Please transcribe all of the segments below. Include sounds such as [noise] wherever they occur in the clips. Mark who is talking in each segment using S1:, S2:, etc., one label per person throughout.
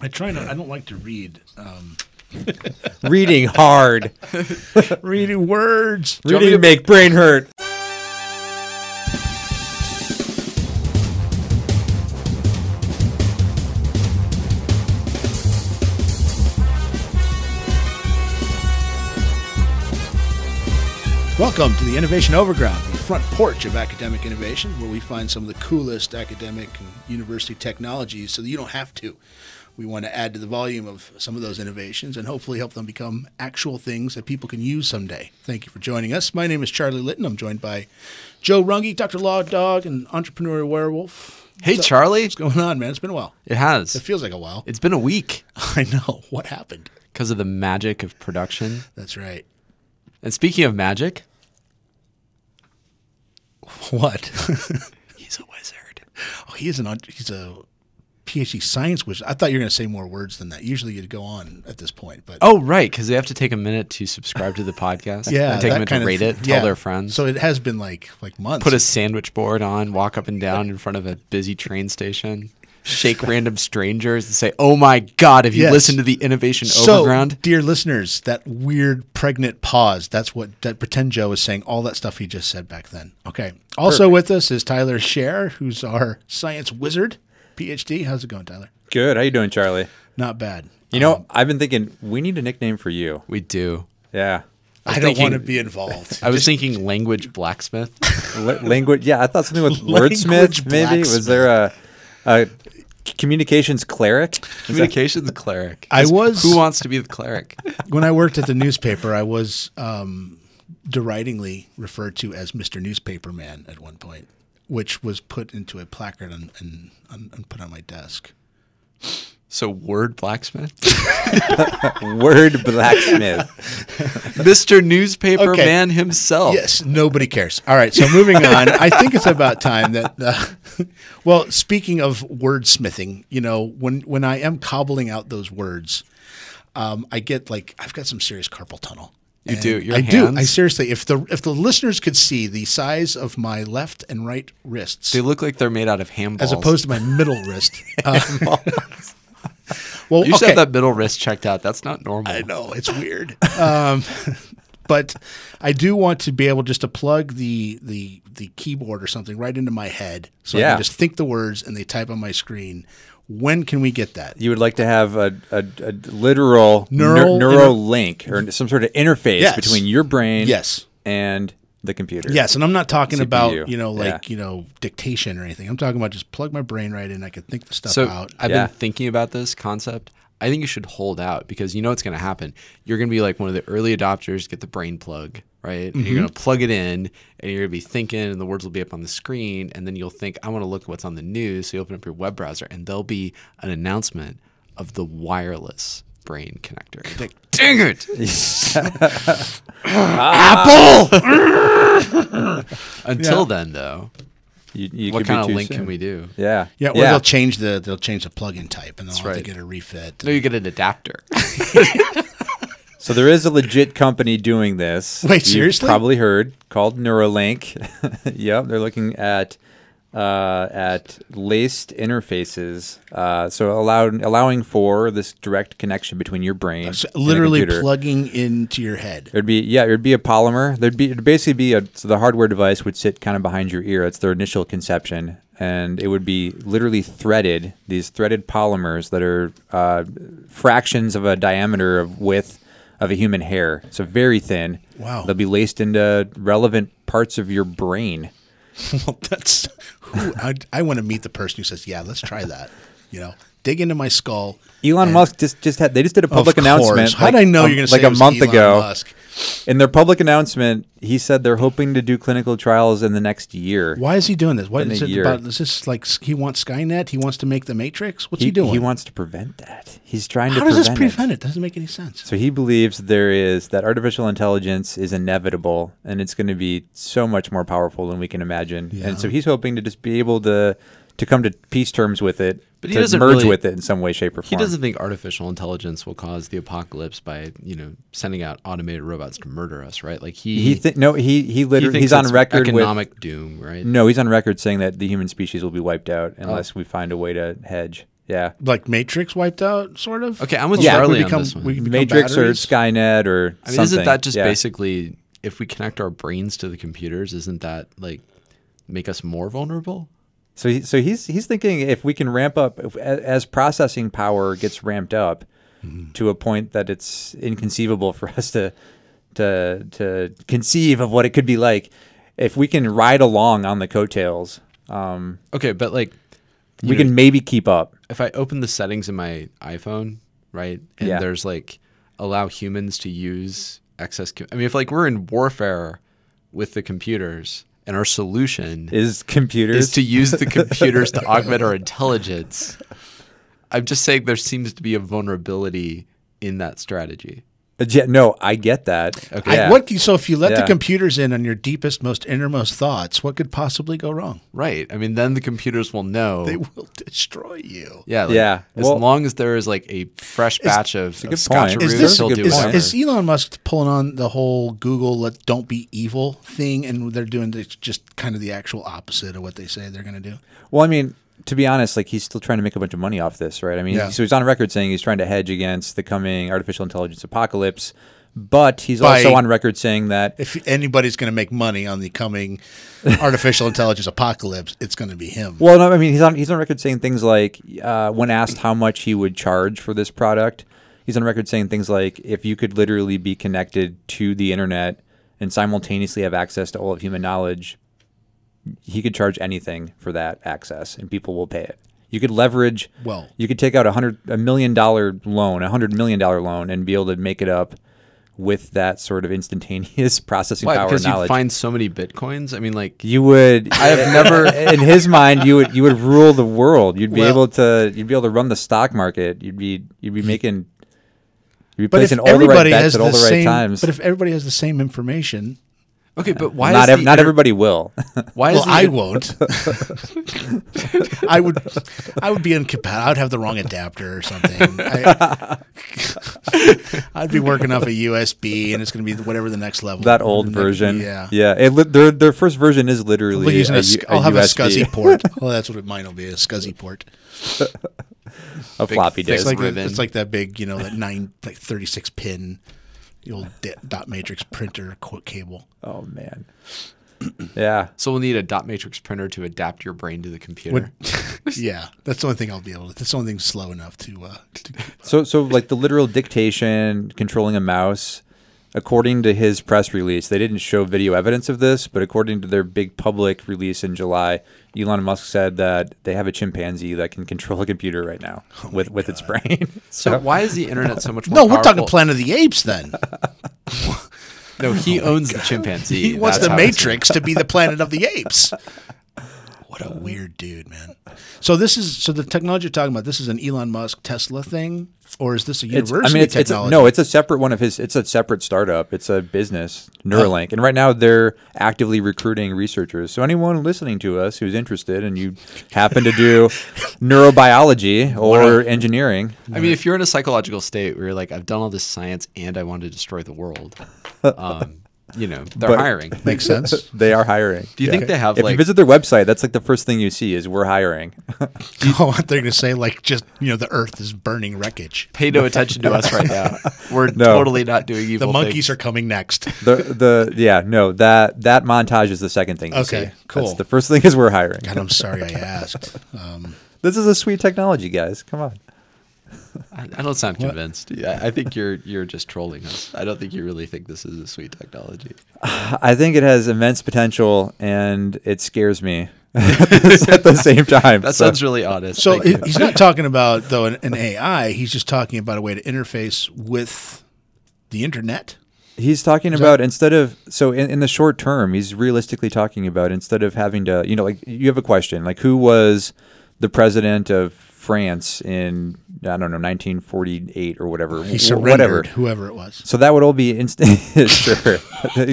S1: I try not. I don't like to read. Um,
S2: Reading
S3: [laughs]
S2: hard.
S1: [laughs] reading words.
S3: want me
S2: Reading
S3: to-
S2: make brain hurt.
S1: Welcome to the Innovation Overground, the front porch of academic innovation, where we find some of the coolest academic and university technologies so that you don't have to. We want to add to the volume of some of those innovations and hopefully help them become actual things that people can use someday. Thank you for joining us. My name is Charlie Litton. I'm joined by Joe Runge, Dr. Law Dog, and Entrepreneur Werewolf.
S3: Hey,
S1: What's up?
S3: Charlie.
S1: What's going on, man? It's been a while.
S3: It
S1: It
S3: has.
S1: feels like a while.
S3: It's been a week
S1: [laughs] I know. What happened?
S3: because of the magic of production.
S1: That's right.
S3: And speaking of magic,
S1: What? [laughs]
S3: he's a wizard.
S1: oh, he is an un- he's a PhD science wizard. I thought you were going to say more words than that. Usually you'd go on at this point, but
S3: Oh, right, because they have to take a minute to subscribe to the podcast.
S1: yeah,
S3: and
S1: that
S3: take a
S1: kind
S3: minute to
S1: of
S3: rate
S1: thing.
S3: it, tell
S1: Yeah.
S3: their friends,
S1: So it has been like like months.
S3: put a sandwich board on, walk up and down in front of a busy train station,
S1: [laughs]
S3: shake random strangers, and say, "Oh my God, have you
S1: Yes.
S3: listened to the Innovation
S1: so,
S3: Overground?"
S1: dear listeners, that weird pregnant pause. That's what that pretend Joe is saying. All that stuff he just said back then. Okay. Also with us is Tyler Scher, who's our science wizard, PhD. How's it going, Tyler?
S4: Good. How you doing, Charlie?
S1: Not bad.
S4: You
S1: Um,
S4: know, I've been thinking we need a nickname for you.
S3: We do.
S4: Yeah.
S1: I don't
S3: thinking-
S1: want to be involved.
S3: [laughs] I was thinking language
S1: [laughs]
S3: blacksmith.
S4: L- language. Yeah, I thought something with
S1: Language
S4: wordsmith. Maybe was there a, a c- communications cleric?
S3: Communications cleric.
S1: I was
S3: Who wants to be the cleric?
S1: when I worked at the newspaper, I was um, deridingly referred to as Mr. Newspaper Man at one point, which was put into a placard and, and, and put on my desk.
S3: So word blacksmith, [laughs]
S4: Word blacksmith.
S3: Mister Newspaper
S1: Okay.
S3: Man himself.
S1: Yes, nobody cares. All right, so moving on. I think it's about time that. Uh, well, speaking of wordsmithing, you know, when when I am cobbling out those words, um, I get like I've got some serious carpal tunnel.
S3: You do. Your
S1: I do. I
S3: hands-
S1: seriously, if the if the listeners could see the size of my left and right wrists,
S3: They look like they're made out of ham balls.
S1: as opposed to my middle wrist. Uh, [laughs] well,
S3: you should
S1: okay.
S3: have that middle wrist checked out. That's not normal.
S1: I know it's weird, um, [laughs] but I do want to be able just to plug the the the keyboard or something right into my head, so I
S4: Yeah.
S1: can just think the words and they type on my screen. When can we get that?
S4: You would like to have a, a, a literal neur-
S1: Neural
S4: neural
S1: inter-
S4: link or some sort of interface
S1: Yes.
S4: between your brain
S1: Yes.
S4: and the computer.
S1: Yes, and I'm not talking about
S4: CPU,
S1: you know like
S4: yeah.
S1: you know dictation or anything. I'm talking about just plug my brain right in. I can think the stuff
S3: So
S1: out.
S3: I've
S4: Yeah.
S3: been thinking about this concept. I think you should hold out because you know what's going to happen. You're going to be like one of the early adopters, get the brain plug, right? And
S4: Mm-hmm.
S3: you're going to plug it in and you're going to be thinking, and the words will be up on the screen. And then you'll think, I want to look at what's on the news. So you open up your web browser and there'll be an announcement of the wireless brain connector. You're like, dang
S4: [laughs]
S3: it. [laughs] Apple. [laughs] Until then, though,
S4: You, you
S3: what
S4: could be
S3: kind of
S4: too
S3: link can
S4: soon.
S3: we do?
S4: Yeah.
S1: yeah, or
S4: yeah.
S1: they'll change the they'll change the plugin type, and they'll have
S3: right.
S1: to get a refit.
S3: No, you get an adapter.
S4: So there is a legit company doing
S1: [laughs]
S4: this.
S1: Wait,
S4: You've
S1: seriously?
S4: Probably heard called Neuralink. [laughs] yep, they're looking at uh, at laced interfaces. Uh, so allow, allowing for this direct connection between your brain,
S1: So
S4: and a
S1: literally
S4: computer.
S1: plugging into your head.
S4: It'd be yeah, it'd be a polymer. There'd be it'd basically be a so the hardware device would sit kind of behind your ear. That's their initial conception, and it would be literally threaded. These threaded polymers that are uh, fractions of a diameter of width of a human hair. So very thin.
S1: Wow.
S4: They'll be laced into relevant parts of your brain.
S1: Well, that's who I, I want to meet the person who says, "Yeah, let's try that." You know, dig into my skull.
S4: Elon
S1: And-
S4: Musk just just had they just did a public
S1: Of course.
S4: announcement.
S1: How
S4: like,
S1: did I know
S4: um,
S1: you're going to
S4: like
S1: say
S4: a
S1: it was
S4: month
S1: Elon
S4: ago?
S1: Musk?
S4: In their public announcement, he said they're hoping to do clinical trials in the next year.
S1: Why is he doing this? What
S4: In
S1: is
S4: a
S1: it
S4: year.
S1: about? Is this like s- he wants Skynet? He wants to make the Matrix? What's he,
S4: He,
S1: doing?
S4: he wants to prevent that. He's trying to
S1: How does this
S4: prevent,
S1: prevent
S4: it.
S1: it? Doesn't make any sense.
S4: So he believes there is that artificial intelligence is inevitable and it's going to be so much more powerful than we can imagine.
S1: Yeah.
S4: And so he's hoping to just be able to to come to peace terms with it,
S3: But he
S4: to
S3: doesn't
S4: merge
S3: really-
S4: with it in some way, shape, or
S3: He
S4: form.
S3: doesn't think artificial intelligence will cause the apocalypse by, you know, sending out automated robots to murder us, right? Like he,
S4: He thi- no. He he
S3: he
S4: literally
S3: thinks
S4: he's on
S3: it's
S4: record with
S3: economic doom, right? Oh.
S4: no. He's on record saying that the human species will be wiped out unless we find a way to hedge. Yeah.
S1: Like Matrix wiped out, sort of.
S3: Okay, I'm with
S1: Like,
S3: Charlie
S1: we
S3: on
S1: become,
S3: this one.
S1: we become
S4: Matrix
S1: batteries?
S4: or Skynet or
S3: I mean,
S4: something.
S3: isn't that just
S4: Yeah.
S3: basically if we connect our brains to the computers, isn't that like make us more vulnerable?
S4: So, he, so he's he's thinking if we can ramp up if, a- as processing power gets ramped up
S1: Mm-hmm.
S4: to a point that it's inconceivable for [laughs] us to to to conceive of what it could be like. If we can ride along on the coattails, um,
S3: Okay, but like
S4: we can maybe keep up.
S3: if I open the settings in my iPhone, right, and
S4: Yeah.
S3: there's like allow humans to use excess. Com- I mean, if like we're in warfare with the computers, and our solution
S4: Is [laughs] computers
S3: is to
S1: [laughs]
S3: use the computers to augment our intelligence. I'm just saying there seems to be a vulnerability in that strategy.
S4: Uh, yeah, no? I get that.
S1: I-
S4: Yeah.
S1: what, so if you let the
S4: Yeah.
S1: computers in on your deepest, most innermost thoughts, what could possibly go wrong?
S3: Right. I mean, then the computers will know.
S1: They will destroy you.
S3: yeah. like,
S4: Yeah,
S3: As
S4: well-
S3: long as there is like a fresh batch of, of
S4: good point.
S3: scotcheroos,
S4: Is
S1: Is, this,
S3: he'll
S4: a
S3: do
S4: good
S1: is,
S4: point.
S3: whatever.
S1: is Elon Musk pulling on the whole Google let don't be evil thing, and they're doing the, just kind of the actual opposite of what they say they're going to do?
S4: Well, I mean, to be honest, like he's still trying to make a bunch of money off this, right? I mean,
S1: Yeah.
S4: so he's on record saying he's trying to hedge against the coming artificial intelligence apocalypse, but he's
S1: By-
S4: also on record saying that
S1: If anybody's going to make money on the coming [laughs] artificial intelligence apocalypse, it's going to be him.
S4: Well, no, I mean he's on he's on record saying things like uh, when asked how much he would charge for this product, he's on record saying things like if you could literally be connected to the internet and simultaneously have access to all of human knowledge, he could charge anything for that access, and people will pay it. You could leverage.
S1: Well-
S4: you could take out a hundred a million dollar loan, a hundred million dollar loan, and be able to make it up with that sort of instantaneous [laughs] processing
S3: Why?
S4: power
S3: Because
S4: and knowledge.
S3: you find so many bitcoins. I mean, like
S4: You would. I
S1: [laughs]
S4: have never. In his mind, you would. You would rule the world. You'd be
S1: Well- Mm.
S4: able to. You'd be able to run the stock market. You'd be. You'd be making. You'd be
S1: but if
S4: placing all the right
S1: everybody
S4: bets
S1: has
S4: at all
S1: the
S4: the right
S1: same,
S4: times.
S1: but if everybody has the same information,
S3: okay, but why
S4: not
S3: is
S4: ev-
S3: the
S4: not
S3: inter-
S4: everybody will. [laughs]
S3: Why
S1: well,
S3: is the
S1: I
S3: inter-
S1: won't. [laughs] I would, I would be incompatible. I would have the wrong adapter or something. I, [laughs] would be working off a USB, and it's going to be whatever the next level.
S4: that old
S1: And that-
S4: version.
S1: Mm, Yeah,
S4: Yeah. It, li- their their first version is literally.
S1: We're using a,
S4: a
S1: sc-
S4: U-
S1: I'll have
S4: USB,
S1: a SCSI
S4: [laughs]
S1: port. Well, that's what mine will be—a SCSI port.
S4: a floppy
S3: thick
S4: disk.
S1: It's like, the,
S3: ribbon.
S1: it's like that big, you know, that nine, like thirty-six pin, the old di- dot matrix printer co- cable.
S4: oh man. [clears throat] Yeah.
S3: So we'll need a dot matrix printer to adapt your brain to the computer.
S1: Yeah, that's the only thing I'll be able to. That's the only thing slow enough to. Uh, to
S4: So so like the literal dictation, controlling a mouse. According to his press release, they didn't show video evidence of this, but according to their big public release in July, Elon Musk said that they have a chimpanzee that can control a computer
S1: [laughs]
S4: right now
S1: Oh
S4: with, with its brain.
S3: so why is the internet so much more?
S1: no, we're talking
S3: powerful?
S1: Planet of the Apes then.
S3: No, he owns the chimpanzee.
S1: Oh He wants
S3: That's
S1: the
S3: how it's-
S1: Matrix to [laughs] be the planet of the apes. What a weird dude, man. So this is so the technology you're talking about. This is an Elon Musk Tesla thing, or is this a
S4: It's-
S1: university
S4: I mean, it's, it's
S1: technology?
S4: no, it's a separate one of his. It's a separate startup. It's a business,
S1: Oh.
S4: Neuralink, and right now they're actively recruiting researchers. So anyone listening to us who's interested and you happen
S1: [laughs]
S4: to do neurobiology or engineering,
S3: I mean, if you're in a psychological state where you're like, I've done all this science and I want to destroy the [laughs] world, um, you know, they're
S4: But-
S3: hiring.
S4: [laughs]
S1: makes sense.
S4: they are hiring.
S3: Do you think they have
S4: if
S3: like?
S4: you visit their website, that's like the first thing you see is we're hiring. [laughs]
S1: [laughs] oh, they're going to say like just you know the Earth is burning wreckage.
S3: pay no attention to us right [laughs] now. We're
S4: No.
S3: totally not doing
S1: The
S3: evil.
S1: monkeys
S3: things.
S1: are coming next.
S4: the the yeah no that that montage is the second thing. You
S1: Okay,
S4: see.
S1: cool.
S4: That's the first thing is we're hiring.
S1: God, I'm sorry I [laughs] asked. Um,
S4: This is a sweet technology, guys. Come on.
S3: I, I don't sound convinced. Yeah, I think you're you're just trolling us. I don't think you really think this is a sweet technology.
S4: I think it has immense potential, and it scares me [laughs] at the same
S3: [laughs]
S4: time.
S3: That
S4: So-
S3: sounds really honest.
S1: so
S3: Thank you.
S1: he- he's not talking about though an, an AI. He's just talking about a way to interface with the internet.
S4: He's talking about instead of so in, in the short term, he's realistically talking about instead of having to you know like you have a question like who was the president of France in I don't know 1948 or whatever
S1: He
S4: wh-
S1: surrendered
S4: whatever.
S1: whoever it was.
S4: So that would all be instant. [laughs] sure,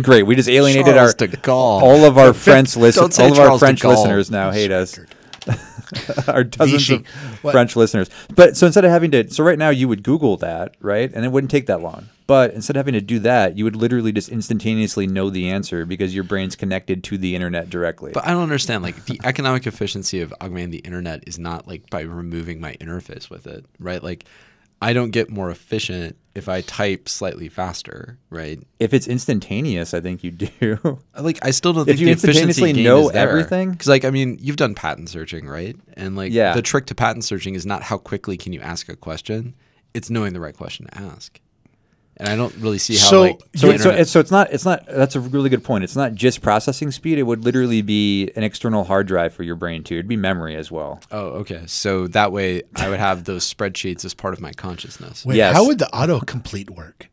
S4: great. We just alienated
S3: Charles
S4: our
S3: de Gaulle. [laughs]
S4: all of our French
S3: Don't
S4: listen,
S3: say
S4: all of our
S3: Charles de
S4: French
S3: Gaulle.
S4: listeners now hate us. [laughs] our dozens of
S1: Vichy. What-
S4: French listeners. But so instead of having to, so right now you would Google that, right? And it wouldn't take that long. But instead of having to do that, you would literally just instantaneously know the answer because your brain's connected to the internet directly.
S3: But I don't understand. Like the economic efficiency of augmenting the internet is not like by removing my interface with it, right? Like I don't get more efficient if I type slightly faster, right?
S4: if it's instantaneous, I think you do. [laughs]
S3: Like I still don't think
S4: you
S3: the efficiency
S4: instantaneously
S3: gain
S4: know
S3: is there.
S4: everything?
S3: Because like I mean, you've done patent searching, right? And like
S4: Yeah.
S3: the trick to patent searching is not how quickly can you ask a question; it's knowing the right question to ask. And I don't really see how
S1: So-
S3: like the
S4: So, it- so,
S3: internet-
S4: it's, so it's not it's not that's a really good point. It's not just processing speed. It would literally be an external hard drive for your brain too. It'd be memory as well.
S3: oh okay. So that way I would have those spreadsheets as part of my consciousness.
S1: Wait,
S4: Yes.
S1: how would the autocomplete work?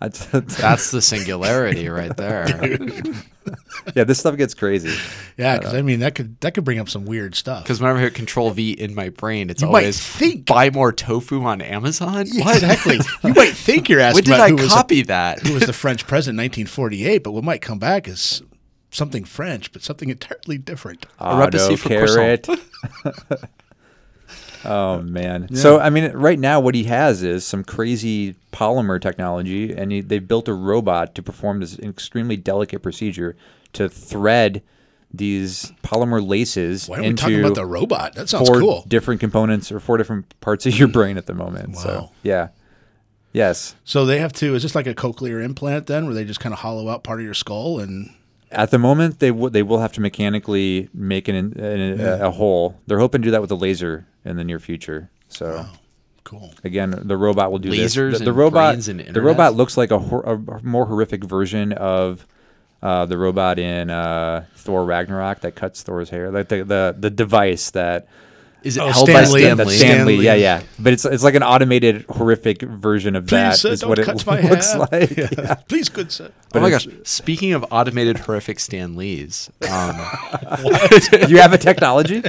S4: That's, [laughs]
S3: That's the singularity right there.
S4: yeah, this stuff gets crazy.
S1: Yeah, because I mean that could that could bring up some weird stuff.
S3: Because whenever I hear Control V in my brain, it's
S1: You might
S3: always
S1: think-
S3: buy more tofu on Amazon.
S1: [laughs] Yeah,
S3: What? [laughs]
S1: exactly, you might think you're asking
S3: When did
S1: about
S3: I
S1: who was a-
S3: copy that?
S1: who
S3: [laughs]
S1: was the French president in 1948, but what might come back is something French, but something entirely different.
S3: A recipe for croissant.
S4: [laughs] oh man. So I mean, right now what he has is some crazy polymer technology, and he, they've built a robot to perform this extremely delicate procedure to thread these polymer laces
S1: Why are we
S4: into
S1: talking about the robot? That sounds
S4: four
S1: cool.
S4: different components or four different parts of your brain at the moment.
S1: Wow.
S4: So yeah, yes.
S1: so they have to. Is this like a cochlear implant then, where they just kind of hollow out part of your skull and
S4: At the moment, they w- they will have to mechanically make an, an, a- a, hole. They're hoping to do that with a laser in the near future. So.
S1: cool?
S4: Again, the robot will do this.
S3: Lasers
S4: The, the
S3: and
S4: robot,
S3: brains and
S4: the
S3: internets?
S4: robot looks like a, hor- a more horrific version of uh, the robot in uh, Thor Ragnarok that cuts Thor's hair. Like the the, the device that
S3: Is it
S1: Oh,
S3: held
S1: Stan Lee.
S3: by
S4: Stan,
S1: Stanley.
S3: Stanley?
S4: Stan Lee, Yeah, yeah. But it's it's like an automated horrific version of that.
S1: Please, sir,
S4: is
S1: don't
S4: what
S3: [laughs]
S4: it [laughs]
S1: cut my
S4: looks
S1: hair. [laughs]
S4: like.
S1: Yeah. Please, good sir.
S3: Oh
S4: But
S3: my
S4: it's-
S3: gosh! Speaking of automated horrific Stan Lees, um,
S4: you have a technology.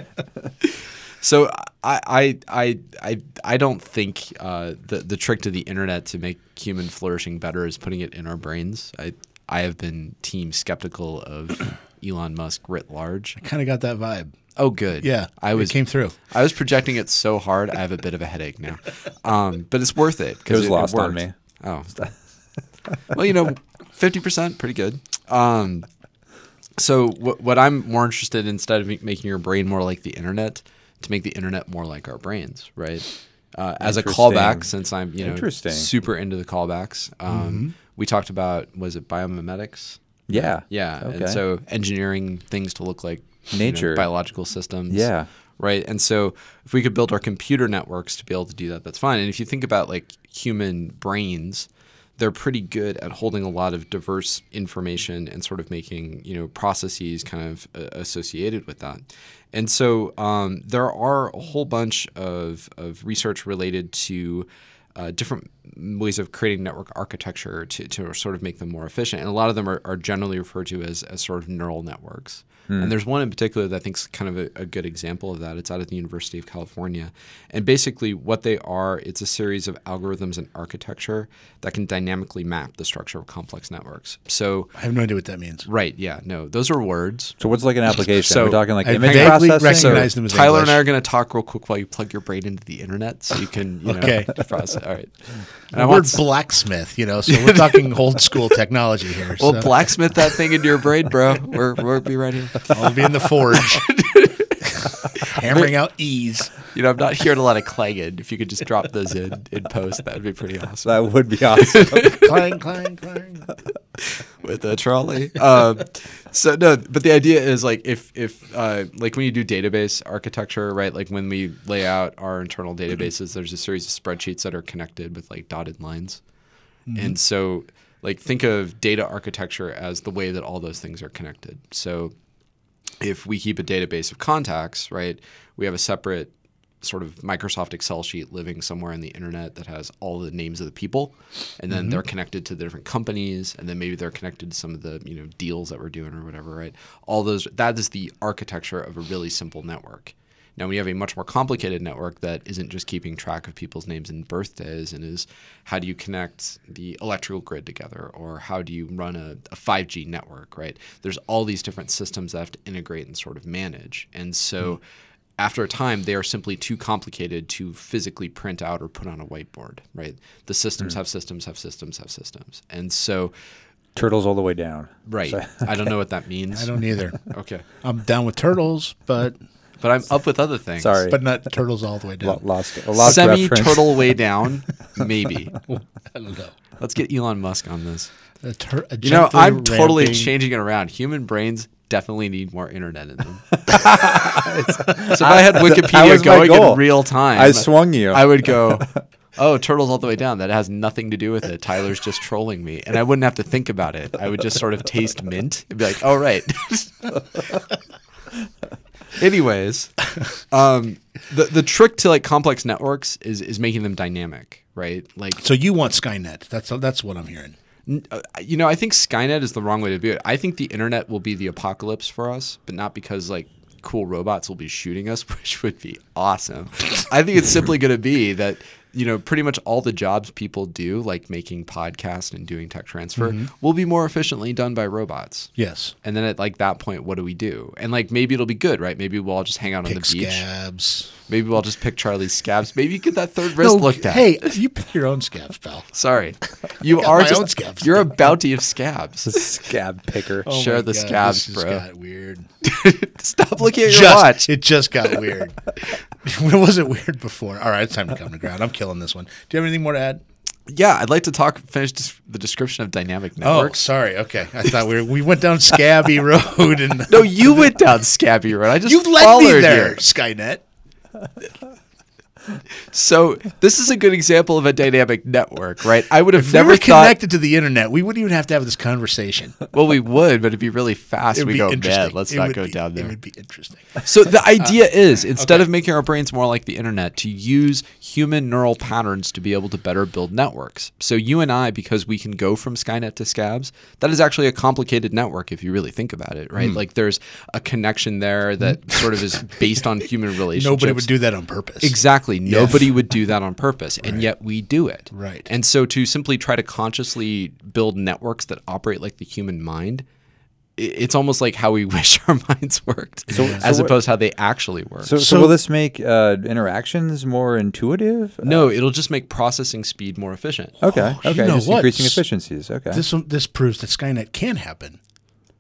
S1: [laughs]
S3: so I I I I, I don't think uh, the the trick to the internet to make human flourishing better is putting it in our brains. I I have been team skeptical of [coughs] Elon Musk writ large.
S1: Kind of got that vibe.
S3: Oh, good.
S1: Yeah,
S3: I
S1: it
S3: was
S1: came through.
S3: I was projecting it so hard, I have a bit of a headache now. Um, but it's worth it
S4: It was lost on
S3: worked.
S4: me. [laughs]
S3: Oh, well, you know, fifty percent, pretty good. Um, so what what I'm more interested in, instead of ma- making your brain more like the internet, to make the internet more like our brains, right? Uh, as a
S4: Interesting.
S3: callback, since I'm you know
S4: Interesting. Mm-hmm.
S3: super into the callbacks, um, we talked about was it biomimetics?
S4: Yeah.
S3: Yeah.
S4: Okay.
S3: And so engineering things to look like you know,
S4: Nature.
S3: biological systems.
S4: Yeah.
S3: Right. And so if we could build our computer networks to be able to do that, that's fine. And if you think about like human brains, they're pretty good at holding a lot of diverse information and sort of making, you know, processes kind of uh, associated with that. And so um, there are a whole bunch of, of research related to uh, different ways of creating network architecture to, to sort of make them more efficient. And a lot of them are, are generally referred to as, as sort of neural networks.
S1: Hmm.
S3: And there's one in particular that I think is kind of a, a good example of that. It's out at the University of California. And basically, what they are, it's a series of algorithms and architecture that can dynamically map the structure of complex networks. So,
S1: I have no idea what that means.
S3: right, yeah, no, those are words.
S4: So what's like an application?
S3: So,
S4: We're talking like
S1: I
S4: image
S1: vaguely
S4: processing.
S3: So
S1: recognize- them as
S3: Tyler and
S1: English.
S3: I are going to talk real quick while you plug your brain into the internet, so you can you know,
S1: [laughs] Okay.
S3: process. All right,
S1: The
S3: and I
S1: word
S3: want
S1: blacksmith, you know, so we're talking old school technology
S3: [laughs]
S1: here.
S3: well
S1: so
S3: blacksmith that thing into your brain, bro. We're we'll be right here.
S1: I'll be in the forge, [laughs] hammering out E's.
S3: You know, I'm not hearing a lot of clanging. If you could just drop those in in post, that would be pretty awesome.
S4: [laughs] that would be awesome.
S1: clang, clang, clang.
S3: [laughs] with a trolley. Um, so no, but the idea is like if if uh, like when you do database architecture, right? Like when we lay out our internal databases, there's a series of spreadsheets that are connected with like dotted lines, and so like think of data architecture as the way that all those things are connected. So if we keep a database of contacts, right, we have a separate sort of Microsoft Excel sheet living somewhere on the internet that has all the names of the people, and then they're connected to the different companies, and then maybe they're connected to some of the you know deals that we're doing or whatever, right? All those that is the architecture of a really simple network. Now, we have a much more complicated network that isn't just keeping track of people's names and birthdays and is how do you connect the electrical grid together or how do you run a, a 5G network, right? There's all these different systems that have to integrate and sort of manage. And so after a time, they are simply too complicated to physically print out or put on a whiteboard, right? The systems have systems, have systems, have systems. And so,
S4: Turtles all the way down.
S3: right.
S4: So-
S3: I don't know what that means.
S1: I don't either.
S3: Okay.
S1: I'm down with turtles, but
S3: But I'm up with other things.
S4: Sorry.
S1: but not turtles all the way
S4: Lo-
S1: down.
S4: lost a lost
S3: Semi
S4: reference.
S3: turtle [laughs] way down, maybe.
S1: I don't know.
S3: Let's get Elon Musk on this.
S1: A tur- a
S3: You know,
S1: gently
S3: I'm totally
S1: ramping-
S3: changing it around. Human brains definitely need more internet in [laughs] them. so if I had
S4: that
S3: Wikipedia
S4: was my
S3: going in
S4: goal.
S3: real time,
S4: I swung you.
S3: I would [laughs] go, "Oh, turtles all the way down." That has nothing to do with it. Tyler's just trolling me, and I wouldn't have to think about it. I would just sort of taste mint and be like, "Oh, right." [laughs] Anyways, um, the the trick to like complex networks is is making them dynamic, right? Like
S1: So you want Skynet? That's that's what I'm hearing.
S3: N- uh, you know, I think Skynet is the wrong way to do it. I think the internet will be the apocalypse for us, but not because like cool robots will be shooting us, [laughs] which would be awesome. I think it's simply going to be that you know pretty much all the jobs people do, like making podcasts and doing tech transfer,
S1: Mm-hmm.
S3: will be more efficiently done by robots.
S1: Yes.
S3: And then at like that point, what do we do? And like maybe it'll be good, right? Maybe we'll all just hang out on
S1: Pick
S3: the beach.
S1: scabs.
S3: Maybe we'll all just pick Charlie's scabs. Maybe you get that third wrist
S1: No,
S3: looked at.
S1: Hey, you pick your own scabs, pal. [laughs]
S3: Sorry, you
S1: got
S3: are
S1: my own
S3: just
S1: scabs.
S3: you're a bounty of scabs.
S4: [laughs] scab picker.
S1: Oh
S3: Share
S1: my
S3: the
S1: God,
S3: scabs,
S1: this just
S3: bro.
S1: got [laughs] weird.
S3: Stop looking at your
S1: Just-
S3: watch.
S1: It just got weird. [laughs] it wasn't weird before. All right, it's time to come to ground. I'm killing this one. Do you have anything more to add?
S3: Yeah, I'd like to talk. Finish dis- the description of dynamic
S1: Oh,
S3: networks.
S1: sorry. Okay, I thought we were, we went down [laughs] Scabby Road and
S3: No, you went down Scabby Road. I just
S1: you led
S3: followed
S1: me there,
S3: you.
S1: Skynet.
S3: So this is a good example of a dynamic network, right? I would have
S1: If
S3: never
S1: we were
S3: thought.
S1: connected to the internet, we wouldn't even have to have this conversation. [laughs]
S3: Well, we would, but it'd be really fast.
S1: It would
S3: We
S1: be
S3: go,
S1: interesting.
S3: man, let's
S1: It
S3: not
S1: would
S3: go
S1: be-
S3: down
S1: It
S3: there.
S1: would be [laughs] interesting.
S3: So
S1: Uh,
S3: the idea is, instead of making our brains more like the internet, to use human neural patterns to be able to better build networks. So you and I, because we can go from Skynet to Scabs, that is actually a complicated network if you really think about it,
S1: Hmm.
S3: right? Like there's a connection there
S1: [laughs]
S3: that sort of is based on human relationships.
S1: Nobody would do that on purpose.
S3: Exactly. Nobody would do that on purpose, and yet we do it.
S1: Right.
S3: And so to simply try to consciously build networks that operate like the human mind, i- it's almost like how we [laughs] wish our minds worked,
S4: So-
S3: as
S4: so what-
S3: opposed to how they actually work.
S4: So, so,
S1: So-
S4: will this make uh, interactions more intuitive?
S3: no, it'll just make processing speed more efficient.
S4: Okay.
S1: Oh, you
S4: okay.
S1: know
S4: just
S1: what?
S4: increasing
S1: S-
S4: efficiencies. Okay.
S1: This one, this proves that Skynet can happen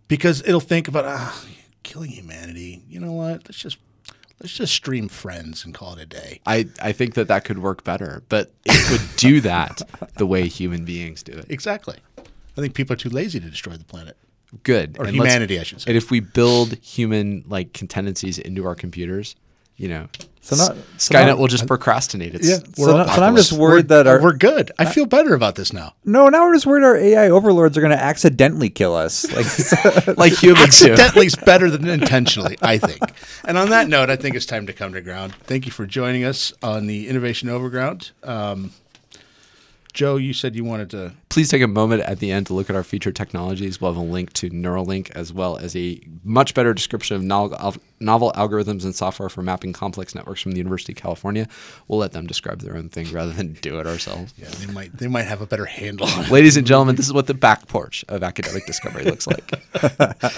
S1: because it'll think about ah, killing humanity. You know what? Let's just let's just stream Friends and call it a day.
S3: I, I think that that could work better, but it would do that the way human beings
S1: [laughs]
S3: do it.
S1: Exactly. I think people are too lazy to destroy the planet
S3: Good.
S1: or
S3: And let's-
S1: humanity, I should say.
S3: And if we build human like tendencies into our computers, you know,
S4: So not-
S3: S-
S4: so
S3: Skynet
S4: not-
S3: will just procrastinate. It's,
S1: Yeah.
S4: so, no- so I'm just worried that our
S1: We're good. I feel better about this now.
S4: no, now we're just worried our AI overlords are going to accidentally kill us. Like, [laughs]
S3: like humans do.
S1: Accidentally is better than intentionally, I think. And on that note, I think it's time to come to ground. Thank you for joining us on the Innovation Overground. Um, Joe, you said you wanted to.
S3: Please take a moment at the end to look at our featured technologies. We'll have a link to Neuralink as well as a much better description of novel, al- novel algorithms and software for mapping complex networks from the University of California. We'll let them describe their own thing rather than do it ourselves.
S4: [laughs]
S1: Yeah, they might they might have a better handle on it.
S3: [laughs] Ladies and gentlemen, this is what the back porch of academic discovery looks like.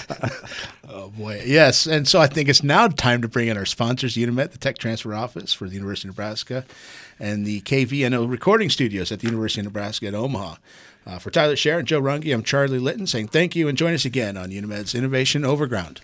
S1: Oh boy, yes. And so I think it's now time to bring in our sponsors, Unimet, the Tech Transfer Office for the University of Nebraska, and the KVNO Recording Studios at the University of Nebraska at Omaha. Uh, for Tyler Sherr and Joe Runge, I'm Charlie Litton saying thank you and join us again on Unimed's Innovation Overground.